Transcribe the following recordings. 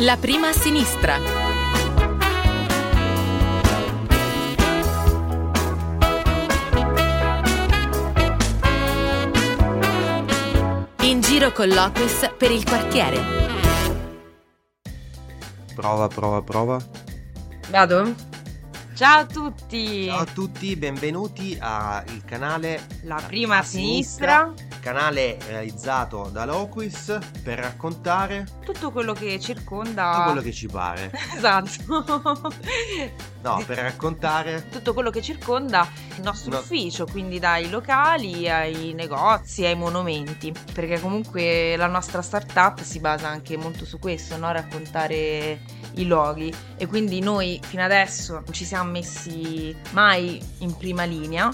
La prima a sinistra. In giro con l'Oquis per il quartiere. Prova, prova, prova. Vado? Ciao a tutti! Ciao a tutti, benvenuti al canale La prima a sinistra, canale realizzato da Loquis per raccontare tutto quello che tutto circonda... quello che ci pare. Esatto. No, per raccontare tutto quello che circonda il nostro No. ufficio, quindi dai locali ai negozi, ai monumenti, perché comunque la nostra startup si basa anche molto su questo, no? raccontare i luoghi e quindi noi fino adesso non ci siamo messi mai in prima linea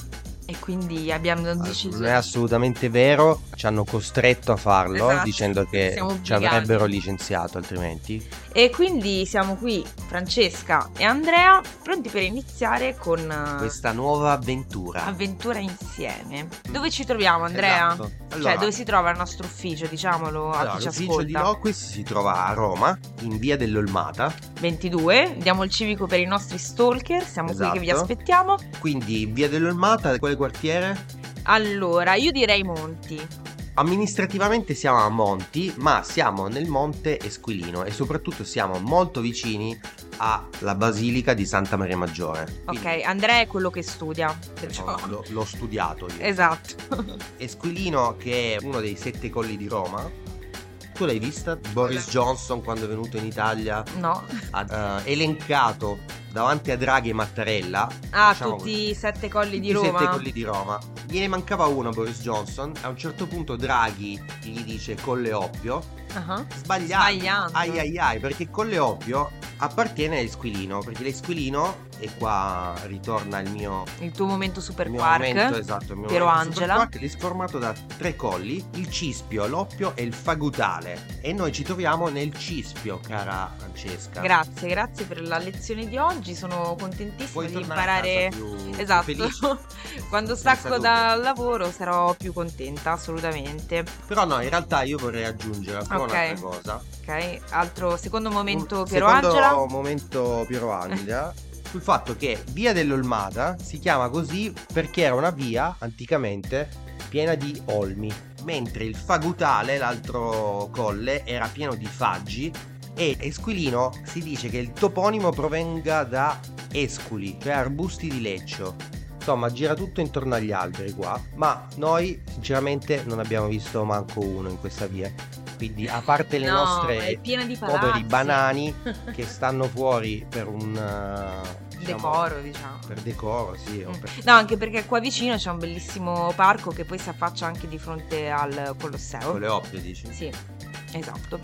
e quindi abbiamo deciso... Ah, non è assolutamente vero, ci hanno costretto a farlo Esatto, dicendo che siamo ci obbligati. avrebbero licenziato altrimenti. E quindi siamo qui, Francesca e Andrea, pronti per iniziare con eh, Questa nuova avventura. avventura insieme. Dove ci troviamo, Ah, Andrea? Esatto. cioè, Allora, dove si trova il nostro ufficio, diciamolo a allora, chi ci l'ufficio di ascolta. Loquis si trova a Roma, in via dell'Olmata. 22, diamo il civico per i nostri stalker, siamo qui che vi Esatto. aspettiamo. Quindi via dell'Olmata, quale quartiere? Allora, io direi Monti. Amministrativamente siamo a Monti, ma siamo nel Monte Esquilino e soprattutto siamo molto vicini alla Basilica di Santa Maria Maggiore. Quindi, Ok, Andrea è quello che studia, perciò... insomma, l'ho- l'ho studiato io. Esatto. Esquilino che è uno dei sette colli di Roma. Tu l'hai vista? Boris Johnson quando è venuto in Italia No. ha eh, elencato davanti a Draghi e Mattarella Ah, Diciamo tutti i sette colli di tutti i Roma. sette colli di Roma. Gliene mancava uno a Boris Johnson. A un certo punto Draghi gli dice colle oppio Ah, Sbagliato. Sbagliando. Ai ai ai, perché Colle Oppio appartiene all'Esquilino, perché l'Esquilino, e qua ritorna il mio, Il tuo momento super il mio park. momento, esatto, il mio Piero momento super Angela. quark, è formato da tre colli, il Cispio, l'Oppio e il Fagutale. E noi ci troviamo nel Cispio, cara Francesca. Grazie, grazie per la lezione di oggi. Sono contentissima Puoi di tornare imparare. a casa più- più felice. Esatto, quando Senza stacco dubbio. dal lavoro sarò più contenta, assolutamente. Però no, in realtà io vorrei aggiungere ancora Ok. un'altra cosa. Ok, altro secondo momento Un Piero Mm, secondo Angela. momento Piero Angela sul fatto che Via dell'Olmata si chiama così perché era una via anticamente piena di olmi, mentre il Fagutale, l'altro colle, era pieno di faggi e Esquilino si dice che il toponimo provenga da esculi, cioè arbusti di leccio. Insomma, gira tutto intorno agli alberi qua, ma noi sinceramente non abbiamo visto manco uno in questa via. Quindi a parte le no, nostre è piena di palazzi. poveri banani che stanno fuori per un eh, diciamo, Decoro, diciamo. per decoro sì o Mm. per- No, anche perché qua vicino c'è un bellissimo parco che poi si affaccia anche di fronte al Colosseo. con le oppie dici Sì, esatto.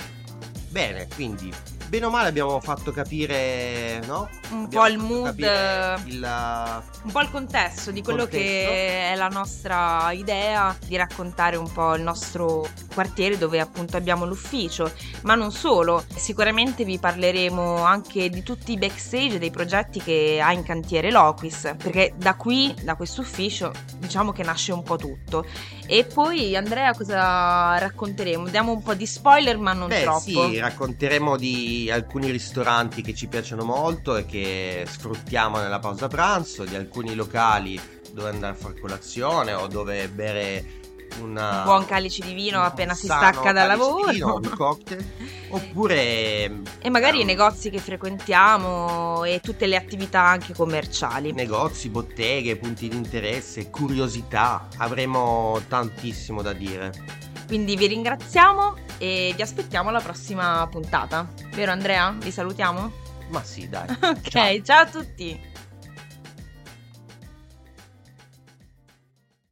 bene quindi bene o male abbiamo fatto capire no? Un Abbiamo po' il fatto mood, capire eh, il Un po' il contesto di Il quello contesto. che è la nostra idea di raccontare un po' il nostro quartiere dove appunto abbiamo l'ufficio, ma non solo, sicuramente vi parleremo anche di tutti i backstage dei progetti che ha in cantiere Loquis, perché da qui, da questo ufficio, diciamo che nasce un po' tutto. E poi Andrea cosa racconteremo? Diamo un po' di spoiler, ma non Beh, troppo. sì, racconteremo di alcuni ristoranti che ci piacciono molto e che sfruttiamo nella pausa pranzo, di alcuni locali dove andare a fare colazione o dove bere una- Un buon calice di vino un appena si sano stacca dal calice di lavoro. vino, un cocktail, oppure E magari eh, i negozi che frequentiamo e tutte le attività anche commerciali. negozi, botteghe, punti di interesse, curiosità. Avremo tantissimo da dire. Quindi vi ringraziamo e vi aspettiamo alla prossima puntata. Vero Andrea? Vi salutiamo? Ma sì, dai. Ok, ciao a tutti!